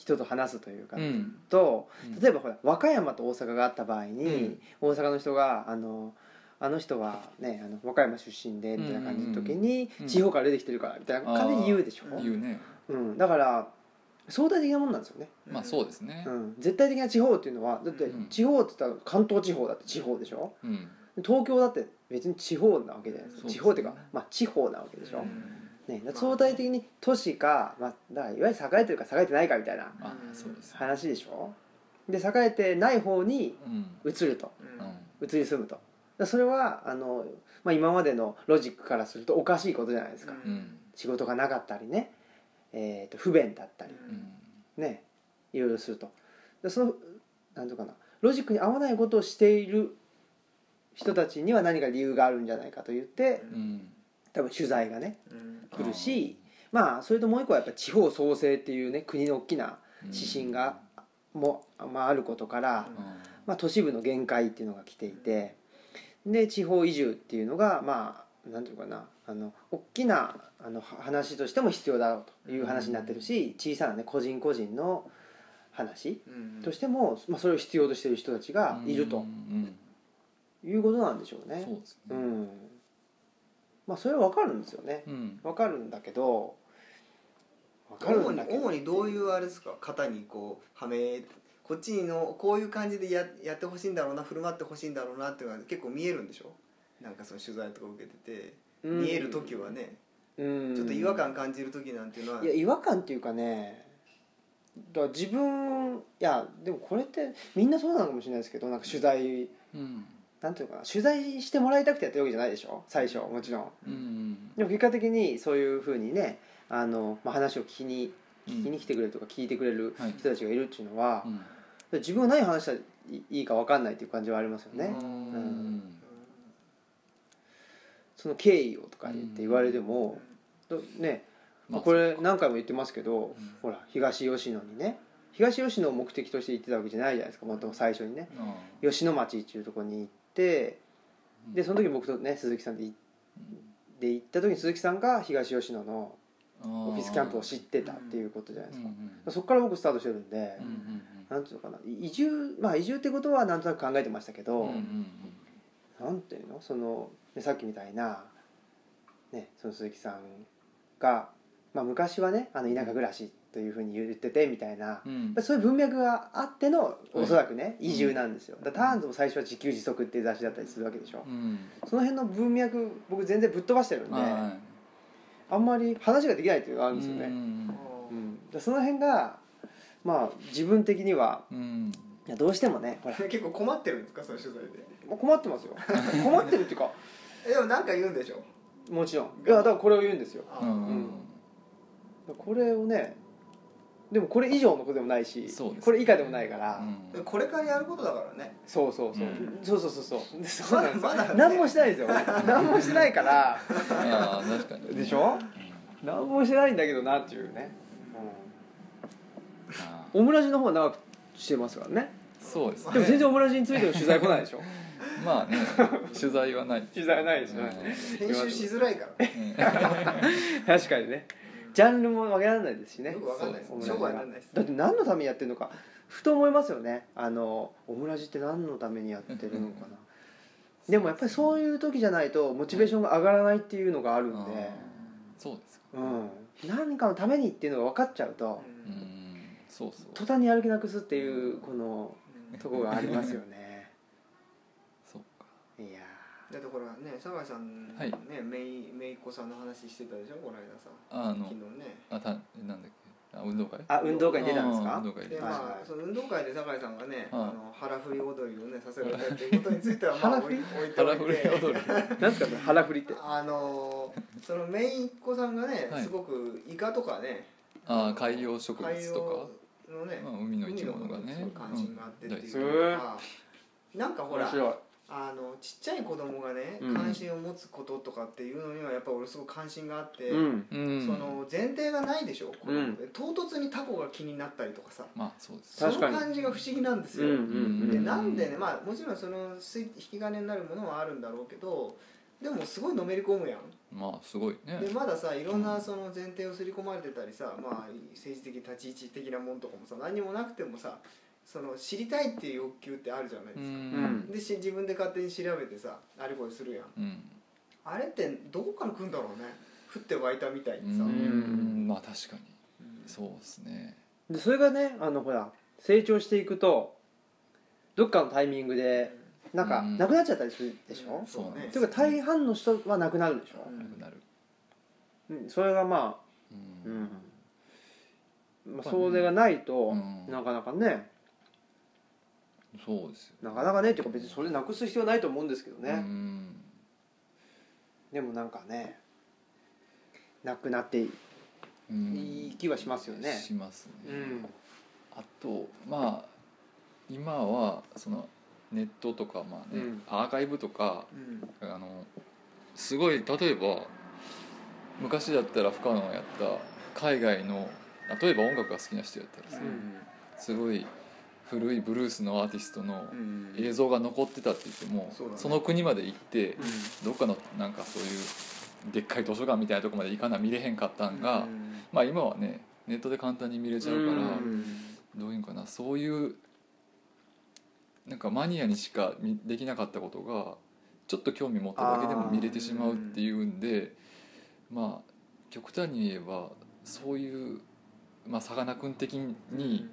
S1: 人と話すというか、
S2: うん
S1: と
S2: うん
S1: 例えばほら和歌山と大阪があった場合に、
S2: うん
S1: 大阪の人があのあの人はねあの和歌山出身でみたいな感じの時に、
S2: うん
S1: 地方から出てきてるからみたいな感じで言うでしょ、
S3: あー
S2: 言うね
S1: うん、だから相対的なもんなんですよね、
S2: まあそうですね
S1: うん、絶対的な地方っていうのはだって
S2: うん
S1: 地方って言ったら関東地方だって地方でしょ
S2: うん
S1: 東京だって別に地方なわけじゃないですか
S2: そうですね
S1: 地方っていうか、まあ、地方なわけでしょ、ね、だから相対的に都市か、まあ、だからいわゆる栄えてるか栄えてないかみたいな
S2: あそうです
S1: 話でしょで栄えてない方に
S2: うん
S1: 移ると
S3: うん
S2: うん
S1: 移り住むとだからそれはあの、まあ、今までのロジックからするとおかしいことじゃないですか、
S3: うん
S2: うん
S1: 仕事がなかったりね、えー、と不便だったり
S2: うん
S1: ねいろいろするとでそのなんとかなロジックに合わないことをしている人たちには何か理由があるんじゃないかと言って
S2: うん
S1: 多分取材がね
S3: うん
S1: 来るしまあそれともう一個はやっぱ地方創生っていうね国の大きな
S2: うん
S1: 指針がも、まあ、あることから、
S2: うん
S1: まあ、都市部の限界っていうのが来ていてで地方移住っていうのがまあなんていうかなあの大きなあのは話としても必要だろうという話になってるし小さなね個人個人の話
S3: うん
S1: としても、まあ、それを必要としてる人たちがいる
S2: う
S1: と
S2: ん
S1: いうことなんでしょう
S2: うん
S1: ね
S2: そ。うです
S1: う
S2: ね
S1: んまあ、それは分かるんですよね
S2: うん
S1: 分かるんだけど分かる
S3: 主
S1: ん
S3: に
S1: だけど
S3: 主にどういうあれですか型にこうはめこっちのこういう感じでややってほしいんだろうな振る舞ってほしいんだろうなっていうのは結構見えるんでしょなんかその取材とか受けて
S1: うん
S3: て、見える時はね
S1: うん
S3: ちょっと違和感感じる時なんていうのは、
S1: いや違和感っていうかねだから自分いやでもこれってみんなそうなのかもしれないですけどなんか取材
S2: うん
S1: なんていうのかな取材してもらいたくてやってるわけじゃないでしょ最初もちろん
S2: うん
S1: でも結果的にそういうふうにねあの、まあ、話を聞きに聞きに来てくれるとか聞いてくれる
S2: はい
S1: 人たちがいるっていうのは
S2: う、ん
S1: 自分が何話したらいいいか分かんないっていう感じはありますよね、
S2: うん
S1: うんその経緯をとか言って言われても、とね
S2: まあ
S1: これ何回も言ってますけど、
S2: うん
S1: ほら東吉野にね東吉野を目的として行ってたわけじゃないじゃないですかもともと最初にね
S2: あ
S1: 吉野町っていうところに行って
S2: うん
S1: でその時僕とね鈴木さんで行で行った時に鈴木さんが東吉野の
S2: あ
S1: オフィスキャンプを知ってたっていうことじゃないですか、
S2: うん
S1: そこから僕スタートしてるんで、
S2: うんうん
S1: なんていうのかな移住まあ移住ってことはなんとなく考えてましたけど、
S2: うんうんうん
S1: なんていうのその、ね、さっきみたいな、ね、その鈴木さんが、まあ、昔はねあの田舎暮らしというふうに言っててみたいな、やっ
S2: うんうん
S1: ぱりそういう文脈があっての
S2: い
S1: おそらくね、移住なんですよだからターンズも最初は「自給自足」っていう雑誌だったりするわけでしょ、
S2: うん
S1: その辺の文脈僕全然ぶっ飛ばしてるんで、
S2: は
S1: あんまり話ができないっていうのがあ
S2: い
S1: るんですよね、う
S3: うん
S1: だからその辺がまあ自分的には
S2: うんうん
S1: いやどうしてもねほら
S3: ん結構困ってるんですかその取材
S1: もう困ってますよ困ってるっていうか
S3: ででもなんか言うんでしょ
S1: もちろんいやだからこれを言うんですよ
S3: あ
S2: う
S3: ー
S2: んうん
S1: これをねでもこれ以上のことでもないし、
S2: そうですね
S1: これ以下でもないから、
S2: うん
S3: これからやることだからね
S1: そうそうそう、
S2: うん
S1: そうそうそうそうでそうなんですよ
S3: まだまだね
S1: 何もしてないですよ俺何もしてないから
S2: いやー確かに
S1: でしょ
S2: うん
S1: 何もしてないんだけどなっていうね、
S2: あー
S1: オムラジの方は長くしてますからね
S2: そうです
S1: でも全
S2: ね
S1: 然オムラジについての取材来ないでしょ
S2: まあね取材はない
S1: 取材ないでしょ、
S2: う
S3: 編集しづらいか ら
S2: んう ん
S1: 確かにねジャンルも分けられないですしね
S3: よくわかんないです
S1: オムラジ
S3: 商
S1: が
S3: 売にならないです
S1: だって何のためにやってるのかふと思いますよねあのオムラジって何のためにやってるのかなでもやっぱりそういう時じゃないとモチベーションが上がらないっていうのがあるん
S2: あ
S1: で
S2: ー、そうですか
S1: うん、何かのためにっていうのが分かっちゃうと
S2: う
S3: うん
S2: んそうそう
S1: 途端にやる気なくすっていうこの
S3: うん
S1: とこがありますよね
S2: そうか
S1: いや
S3: だってほらね酒井さんね、
S2: はい
S3: めいめいっ子さんの話してたでしょこの間さ
S2: あの
S3: 昨日ね
S2: あたなんだっけあ運動会
S1: ーあ運動会に出たんです
S2: あ
S1: か
S2: ー運動会
S3: で
S2: で
S1: はい
S3: まあ、その運動会で酒井さんがね、
S2: はい
S3: あの腹振り踊りをねさせられたっていうことについ てはまあ
S1: 腹振
S3: 置い
S1: り
S3: 置いてお
S2: 腹
S3: い
S2: 振り
S3: て
S2: 踊る
S1: 何ですかそれ腹振りって
S3: あのーそのめいっ子さんがね、
S2: はい
S3: すごくイカとかね
S2: あー海洋植物とか
S3: 海洋のね、
S2: まあ、海の生き物が
S3: 海の
S2: ね
S3: すごい関心があってっていううんのが、なんかほら
S1: 面白い
S3: あのちっちゃい子供がね
S1: うん
S3: 関心を持つこととかっていうのにはやっぱ俺すごい関心があって、
S1: うん
S2: うんうん
S3: その前提がないでしょ子供
S1: うん
S3: で唐突にタコが気になったりとかさ
S2: まあそうです
S3: その
S1: 確かに
S3: 感じが不思議なんです
S1: うん
S3: よ、
S1: うん
S3: で
S1: うん
S3: なんでねまあもちろんそのスイ引き金になるものはあるんだろうけどでもすごいのめり込むやん
S2: まあすごいね
S3: でまださいろんなその前提を刷り込まれてたりさ、まあ、政治的立ち位置的なもんとかもさ何にもなくてもさその知りたいっていう欲求ってあるじゃないで
S2: う
S3: すか、
S2: ん
S3: でし自分で勝手に調べてさあれこれするやん
S2: うん
S3: あれってどこから来るんだろうね降って湧いたみたいにさ、
S2: う
S3: うん
S2: んまあ確かにそうですね
S1: でそれがねあのほら成長していくとどっかのタイミングでなんか
S2: うん
S1: なくなっちゃったりするでしょ、
S2: そうなんで
S1: というか大半の人はなくなるでしょ、
S2: なくなる
S1: うん、それがまあ、
S2: う
S1: うんんまあ、それがないと、
S2: うん
S1: なかなかね
S2: そうですよ
S1: なかなかねっていうか別にそれなくす必要はないと思うんですけど
S2: う
S1: ね、
S2: ん
S1: でもなんかねなくなってい
S2: うん
S1: い気はしますよね
S2: します
S1: う
S2: ね
S1: ん
S2: あとまあ今はそのネットとかまあね
S1: うん
S2: アーカイブとか
S3: うん
S2: あのすごい例えば昔だったら深野がやった海外の例えば音楽が好きな人やったらさすごい古いブルースのアーティストの
S3: うん
S2: 映像が残ってたって言っても
S3: そうだね
S2: その国まで行って
S1: うん
S2: どっかのなんかそういうでっかい図書館みたいなとこまで行かな見れへんかったんが
S3: うん
S2: まあ今はねネットで簡単に見れちゃうか
S1: う
S2: ら
S1: ん
S2: どういうんかなそういうなんかマニアにしかみできなかったことがちょっと興味持っただけでも見れてしまうっていうんでまあ極端に言えばそういう、まあ、さかなクン的に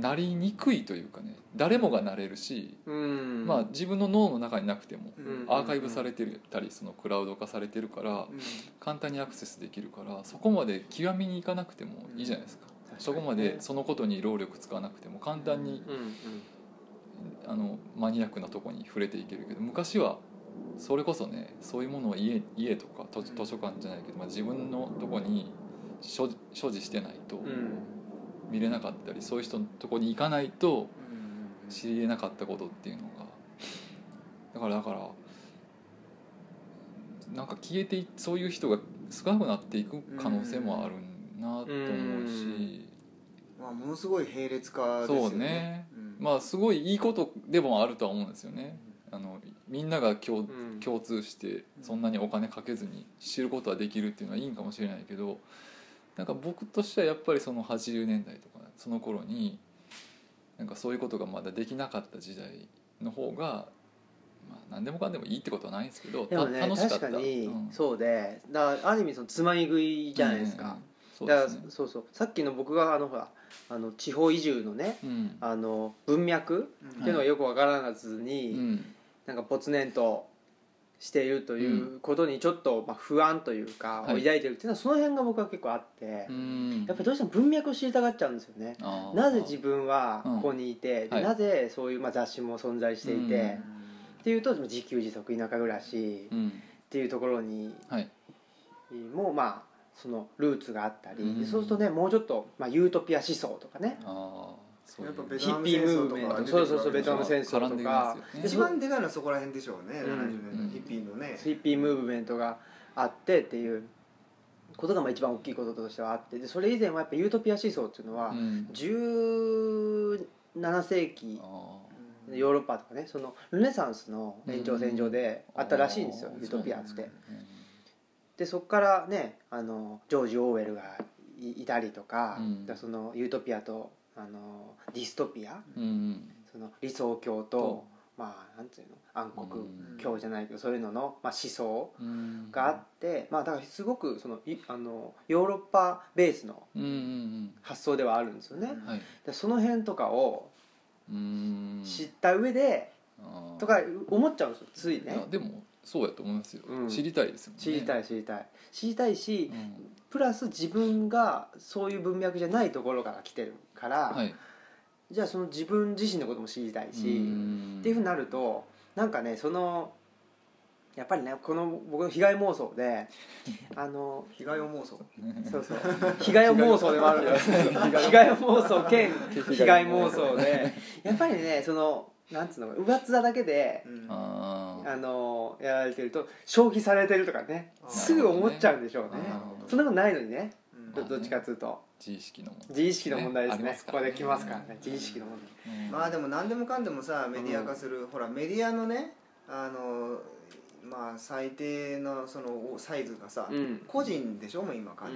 S2: なりにくいというかね誰もがなれるし、
S1: うん
S2: まあ、自分の脳の中になくても
S3: うん
S2: アーカイブされてたりそのクラウド化されてるから
S3: うん
S2: 簡単にアクセスできるからそこまで極みに行かなくてもいいじゃないですか。
S1: 確かにね
S2: そこまでそのことに労力使わなくても簡単に
S1: うんうん
S2: あのマニアックなとこに触れていけるけど昔はそれこそねそういうものを家家とか図図書館じゃないけど、まあ、自分のとこに所持所持してないと
S1: うん
S2: 見れなかったりそういう人のとこに行かないと
S3: うん
S2: 知り得なかったことっていうのがだからだからなんか消えていそういう人が少なくなっていく可能性もあるなと思うし、
S3: まあ、ものすごい並列化ですよね
S2: そうね、
S3: うん
S2: まあすごいいいことでもあるとは思うんですよね。あのみんなが共
S1: うん
S2: 共通してそんなにお金かけずに知ることはできるっていうのはいいんかもしれないけどなんか僕としてはやっぱりその80年代とかその頃になんかそういうことがまだできなかった時代の方が、まあ、何でもかんでもいいってことはないんですけど、
S1: で
S2: た
S1: もね
S2: 楽しかっ
S1: 確
S2: た
S1: かに、
S2: うん
S1: そうでだからある意味そのつまみ食いじゃないですか、、
S2: うん
S1: だ
S2: そ
S1: か
S2: う
S1: ら
S2: ですね
S1: そうそうさっきの僕があのほらあの地方移住のね
S2: うん
S1: あの文脈
S3: うん
S1: っていうのがよくわからずに、
S2: うん
S1: なんかぽつねんとしているということにちょっと、まあ、不安というか、
S2: はい
S1: を抱いてるっていうのはその辺が僕は結構あって、やっ
S2: うん
S1: ぱりどうしても文脈を知りたがっちゃうんですよね。
S2: あー
S1: なぜ自分は
S2: うん
S1: ここにいて、で
S2: はい
S1: なぜそういうまあ雑誌も存在していて、
S2: うん
S1: っ、ていうと自給自足田舎暮らし
S2: うん
S1: っていうところに
S2: はい
S1: もまあそのルーツがあったり、
S2: うん
S1: そうするとねもうちょっと、まあ、ユートピア思想とかね
S2: あーそういう
S3: やっぱベ
S1: ヒッピームーブメントそうそうそうベトナム戦争
S2: 絡ん
S1: と
S2: でき
S1: か
S2: ますよね
S1: で
S3: 一番でかいのはそこら辺でしょうね、
S1: うん
S3: 70年
S2: うん
S3: のヒッピーのね、
S1: ヒッピームーブメントがあってっていうことがまあ一番大きいこととしてはあってでそれ以前はやっぱユートピア思想っていうのは
S2: うん
S1: 17世紀
S2: あー
S3: うん
S1: ヨーロッパとかねそのルネサンスの延長線上であったらしいんですよ
S2: うん
S1: ユートピアっ
S3: そう
S1: て
S3: なんだ。
S1: でそこからねあのジョージ・オーウェルがいいたりとか,、
S2: うん
S1: そのユートピアとあのディストピア
S2: うんうん
S1: その理想郷と、まあなんていうの暗黒
S2: うん
S1: 教じゃないけど、そういうのの、まあ、思想
S2: うん
S1: があって、まあだからすごくそのいあのヨーロッパベースの
S2: うんうん
S1: 発想ではあるんですよね。
S3: うん
S2: うんはい
S1: でその辺とかを
S2: うん
S1: 知った上で、
S2: あー
S1: とか思っちゃうんですよつい
S2: いや
S1: ね。
S2: でもそうやと思いますよ
S1: うん
S2: 知りたいですもんね
S1: 知りた
S2: い
S1: い知りたい知りたいし
S2: うん
S1: プラス自分がそういう文脈じゃないところから来てるから、
S2: はい
S1: じゃあその自分自身のことも知りたいし、
S2: ん
S1: っていうふうになるとなんかねそのやっぱりねこの僕の被害妄想であの
S3: 被害妄想
S1: そうそう被害妄想でもあるんだよ被害妄想兼被害妄想でやっぱりねそのなんつうの上っ面だけで
S3: うん
S2: あー
S1: あのやられてると消費されてるとかね
S3: あー
S1: すぐ思っちゃうんでしょうね
S2: なるほど
S1: そんなことないのにね
S3: うん
S1: どどっちかっつうと
S2: 自意識のも
S1: 自意識の問題ですね
S2: ねあります
S1: ここ
S2: からね
S1: で来ますからね自意識の問題
S3: まあで
S2: も
S3: も何でもかんでもさメディア化する、ほらメディアのねあのまあ最低のそのおサイズがさ、
S1: うん
S3: 個人でしょもう今完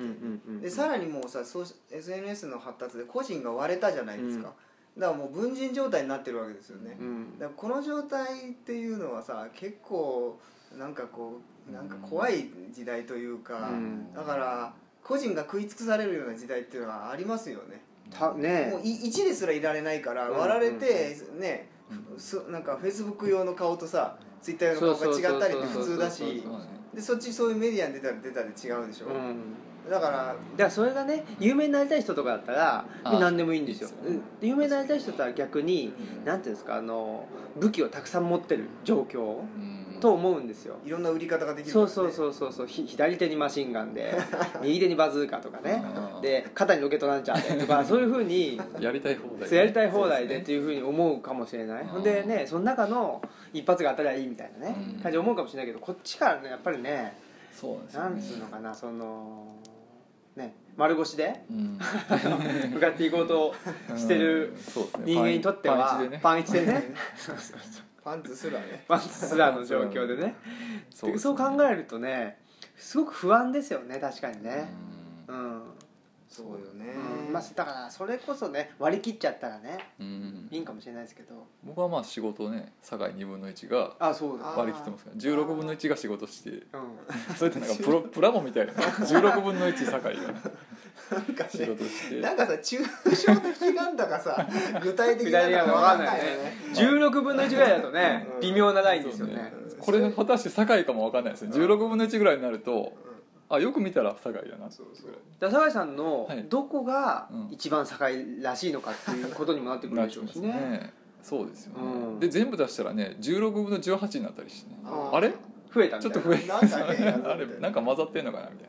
S3: 全に、でさ
S1: に
S3: らにもうさそう SNS の発達で個人が割れたじゃないですか、だからもう分人状態になってるわけですよね、
S1: うん
S3: だからこの状態っていうのはさ結構なんかこうなんか怖い時代というか、
S1: うん
S3: だから個人が食い尽くされるような時代っていうのはありますよね、
S1: たね
S3: もうい1ですらいられないから
S1: うん
S3: 割られて、ね
S2: うん
S3: すなんかフェイスブック用の顔とさツイッター用の顔が違ったりって普通だ
S1: そうそう
S3: し
S1: そう
S3: でそっちそういうメディアに出たら出たで違うでしょ、
S1: うん
S3: だから
S1: だからそれがね有名になりたい人とかだったら
S2: あ
S1: 何でもいいんですよ
S2: いいですよね
S1: うん有名になりたい人とは逆になんていうんですかあの武器をたくさん持ってる状況と思うんですよ
S3: いろんな売り方ができる
S1: そうそう
S3: う
S1: そうそうそうひ左手にマシンガン で右手にバズーカとかねで肩にロケットランチャーでとかそういうふうに
S2: やりたい放題
S1: そうやりたい放題
S2: そう
S1: でっ
S2: す
S1: ていうふうに思うかもしれない
S2: うん
S1: ほんでねその中の一発が当たりゃいいみたいなね
S2: うん
S1: 感じで思うかもしれないけどこっちからねやっぱりね
S2: そうなんで
S1: なんつう
S2: すよね
S1: のかなそのね丸腰で
S2: うん
S1: 向かっていこうとしてる
S2: うんそうですね
S1: 人間にとっては
S2: パンイチでね
S1: パンイチで ね
S3: パンツすらね
S1: パンツラーの状況でね
S2: そ
S1: そう
S2: ですね
S1: 考えるとねすごく不安ですよね確かにね
S2: う
S1: うんん、
S3: そうよね、
S1: うんまあ、だからそれこそね割り切っちゃったらね
S2: うん
S1: いいんかもしれないですけど
S2: 僕はまあ仕事をね境2分の1が
S1: あそう
S3: だ
S2: 割り切ってますから16分の1が仕事して
S1: う
S2: それってなんか プロプラモみたいな16分の1境が
S3: なんか
S2: 仕
S3: ね
S2: 事して
S3: なんかさ抽象的なんだ かさ具体的
S1: ん、
S3: な
S1: 左
S3: んだ
S1: が
S3: か
S1: 分か
S3: 分か
S1: ん
S3: ん
S1: な
S3: ないい
S1: ね
S3: ね
S1: 16分の1ぐらいだとね
S3: うん
S1: 微妙なラインですよね
S3: そうね
S2: これ果たして境かも分かんないですね16分の1ぐらいになるとあよく見たら境だな
S3: そうそう
S1: だから酒井さんの
S2: はい
S1: どこが
S2: うん
S1: 一番境らしいのかっていうことにもなってくる
S2: なっ
S1: でしてょう
S2: ま
S1: し
S2: す
S1: ね
S2: ねそうですよね、
S1: うん
S2: で全部足したらね16分の18になったりしてね
S1: あ
S2: あれ
S1: 増えたみ
S2: ち
S1: た
S2: ょ
S1: い
S2: っ
S1: な
S2: と増え
S3: なんかね
S2: あれなんか混ざってんのかなみたいな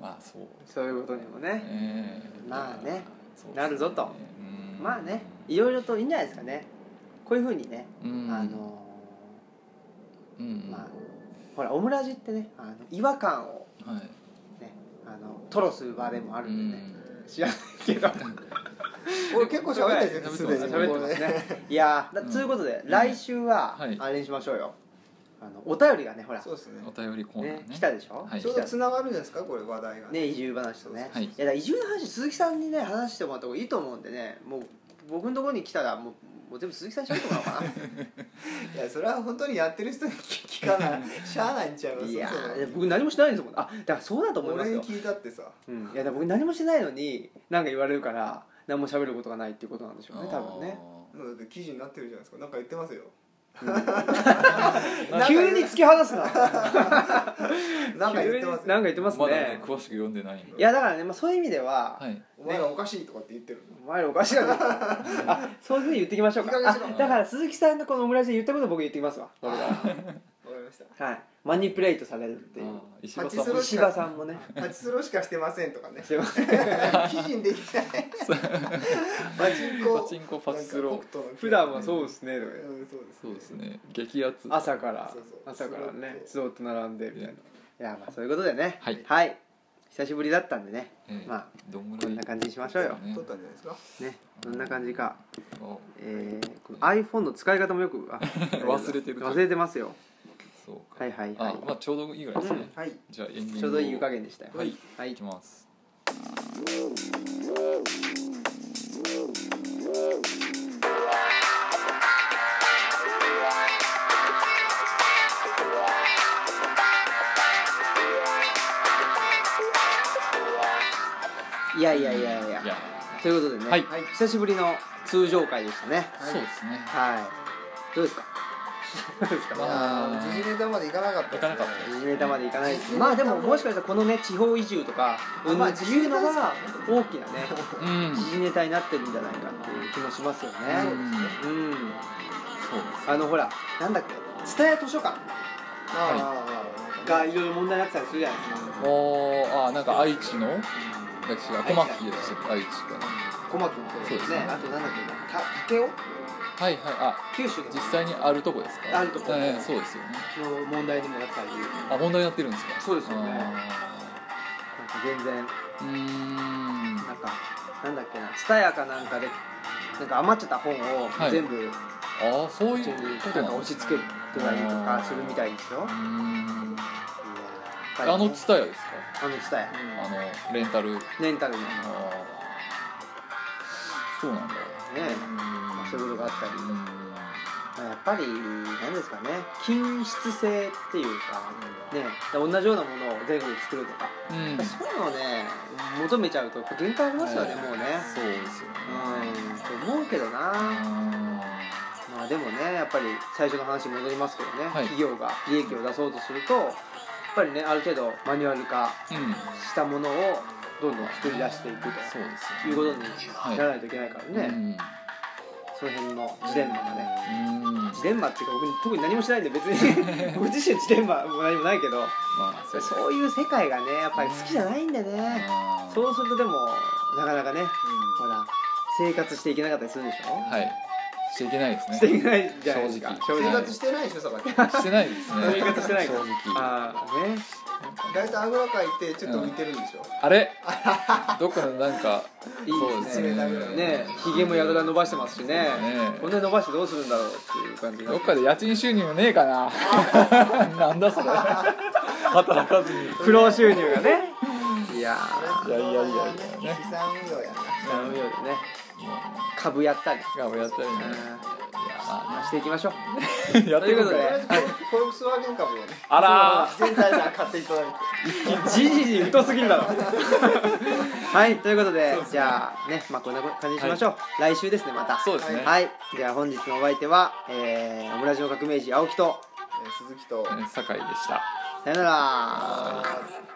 S2: まあそう
S1: そういうことにも
S2: で
S1: ね
S2: すね
S1: まあね
S2: そうですね
S1: なるぞと
S2: うん
S1: まあねいろいろといいんじゃないですかねこういうふうにね、
S2: うん
S1: あの
S2: うん
S1: まあほらオムラジってねあの違和感を、
S2: はい
S1: ね、あの吐露する場でもある
S2: うん
S1: でね、
S2: ん
S1: 知らないけど
S3: 俺結構喋ったですよすでに
S1: 喋ってますねいやーだ
S2: うん
S1: ということで、来週は
S2: はい
S1: あれにしましょうよ、あのお便りがねほら、
S3: そうですね
S2: お便りコーナー
S1: ね
S2: ね
S1: 来たでしょ、
S2: はい
S3: ちょうどつながるんじゃないですかこれ話題が
S1: ね移住話とね、
S2: はい
S1: い、やだから移住の話鈴木さんにね話してもらった方がいいと思うんでねもう僕のところに来たらもうもう全部鈴木さんに喋ってもらおうか
S3: いやそれは本当にやってる人に聞 かないしゃあないんちゃいま
S1: な
S3: す
S1: いや
S3: そう
S1: ーい
S3: そ
S1: や
S3: う
S1: 僕何もしてないんですもんあだからそうだと思います
S3: 俺に
S1: よ、
S3: 聞いたってさ
S1: うん、いやだから僕何もしてないのに何か言われるから何も喋ることがないっていうことなんでしょうね多分ね、
S3: もうだって記事になってるじゃないですかなんか言ってますよ
S1: うん急に突き放すな
S3: なんか言ってま す
S1: 急に
S3: よ
S1: なんか言って
S2: あ
S1: ま
S2: ー
S1: す
S2: まだ
S1: ね
S2: ね詳しく読んでない
S1: いやだからね、まあ、そういう意味では、
S2: はい
S3: お前らおかしいとかって言ってる
S1: お前らおかしいな あそういうふうに言ってきましょうか
S3: いい加減にしろ
S1: あだから鈴木さんがこのオムラジで言ったことを僕言ってきますわそれから
S3: わかりました
S1: はいマニプレイトされるっていう
S2: あー石破さ
S3: パチスロ
S2: ん
S1: 石破さんもね
S3: パチスロしかしてませんと かね
S1: してます
S3: 記事にできないパチンコ
S2: パチンコパチスロ
S1: 普段はそうですねと
S3: う
S1: か言って
S3: んそうです
S2: そうですね激アツ
S1: 朝から
S3: そうそう
S1: 朝からねス
S3: ス
S1: ロット並んでみたいないやまあそういうことでね
S2: はい
S1: 久しぶりだったんでね
S2: ええ
S1: まあ
S2: どんぐらい
S1: こんな感じにしましょうよ
S2: ね
S3: 撮ったんじゃないですか
S1: ねどんな感じか
S2: あ
S1: えーこの iPhone の使い方もよくあ
S2: 忘れてる
S1: 忘れてますよ
S2: そうか
S1: はいはいは
S2: あ
S1: い
S2: まあちょうどいいぐらいですね
S3: はい
S2: じゃあエンディングを
S1: ちょうどいい湯加減でしたよ
S2: はい
S1: はい
S2: いきます
S1: いやいやいやいや
S2: いや
S1: ということでね、
S2: はい
S3: はい
S1: 久しぶりの通常会でしたね
S3: はい
S2: そうですね
S1: はいどうですかどうですか
S3: いやー時事ネタまでいかなかったですね
S2: いかなかった
S1: 時事ネタまでいかないですまあでももしかしたらこのね地方移住とか
S3: あまあ
S1: っていうのが大きなね
S2: うん
S1: 時事ネタになってるんじゃないかっていう気もしますよね
S2: うん
S1: うん、
S2: そうです
S1: あのほらなんだっけ蔦屋図書館
S3: あー
S1: がいろいろ問題になってたりするじゃないですか
S2: おーあーなんか愛知のだっけ違う
S1: 愛知
S2: 小牧でしたっけ愛知かな
S1: 小牧もそうです
S2: そ
S1: ね
S2: うですね
S1: あとなんだっけた竹雄
S2: はいはいあ
S1: 九州の
S2: 実際にあるとこですか
S1: あるとこ
S2: ええそうですよね
S1: の問題にもなってたり
S2: あ問題になってるんですか
S1: そうですよね
S2: あ
S1: なんか全然
S2: ーうーん
S1: なんかなんだっけな蔦屋かなんかでなんか余っちゃった本を
S2: はい
S1: 全部
S2: ああそう
S1: う
S2: い
S1: ちに
S2: うこ
S1: なん
S2: と
S1: か
S2: なん
S1: 押
S2: です
S1: し
S2: ね
S1: 付けたりとかするみたいですよ
S2: うーん
S1: いや
S2: あの
S1: ね
S2: ツタヤですか
S1: あの蔦屋
S2: あのレンタル
S1: レンタルのね
S2: あーそうなんだ
S1: まあそういうことがあったり
S2: うーん
S1: まあやっぱり何ですかね均質性っていうかね同じようなものを全国で作るとか
S2: うん
S1: そういうのをね求めちゃうとやっぱ限界ありますよね
S2: はい
S1: もうね
S2: そうですよね
S1: うんと思うけどなまあでもねやっぱり最初の話に戻りますけどね、
S2: はい
S1: 企業が利益を出そうとするとやっぱりねある程度マニュアル化
S2: うんうん
S1: したものをどんどん作り出していく
S2: そうです
S1: と
S2: よ
S1: いう
S2: ね
S1: ことにならないといけないからね、
S2: うん
S1: その辺のジレンマがね
S2: うんま
S1: ジレンマっていうか僕特に何もしないんで別 に僕自身ジレンマも何もないけど
S2: あそう
S1: そういう世界がねやっぱり好きじゃないんでね
S2: あー
S1: そうするとでもなかなかねほら生活していけなかったりするでしょ、
S2: はいしちゃいけないですね
S1: していけないじゃないですか
S2: 正直
S3: 生
S1: 正
S3: 活してないでしょさかって
S2: してないですね
S1: 生活してないか
S2: 正
S1: ら
S2: 直
S1: ああね
S3: 大体あぐらかいてちょっと浮いてるんでしょ
S2: あれどっかのなんか
S1: いいですねねひげもやたら伸ばしてますしね
S2: ね
S1: こんなに伸ばしてどうするんだろうっていう感じが
S2: どっかで家賃収入もねえ かななんだそれ働かずに
S1: 不労収入がねいや
S2: いやいやいやいやね
S3: 資産運用やな
S1: ー頼むようでね株やったり
S2: がもやったりね
S1: うん
S2: いやま
S1: まあしていきましょう
S2: あねやって
S1: という
S2: く
S1: こと
S2: か
S1: で
S2: ら
S3: とりあえずフォルフォルクスワーゲ ン株をね
S2: あらー
S3: 全財産買っていただいて
S1: じじじ太すぎるだろ はいということでじゃあねまあこんな感じにしましょう来週ですねまた
S2: そうですね
S1: はいじゃあ本日のお相手はえーオムラジオ革命児青木と
S3: えー鈴木と
S2: えー酒井でした
S1: さよなら
S3: あー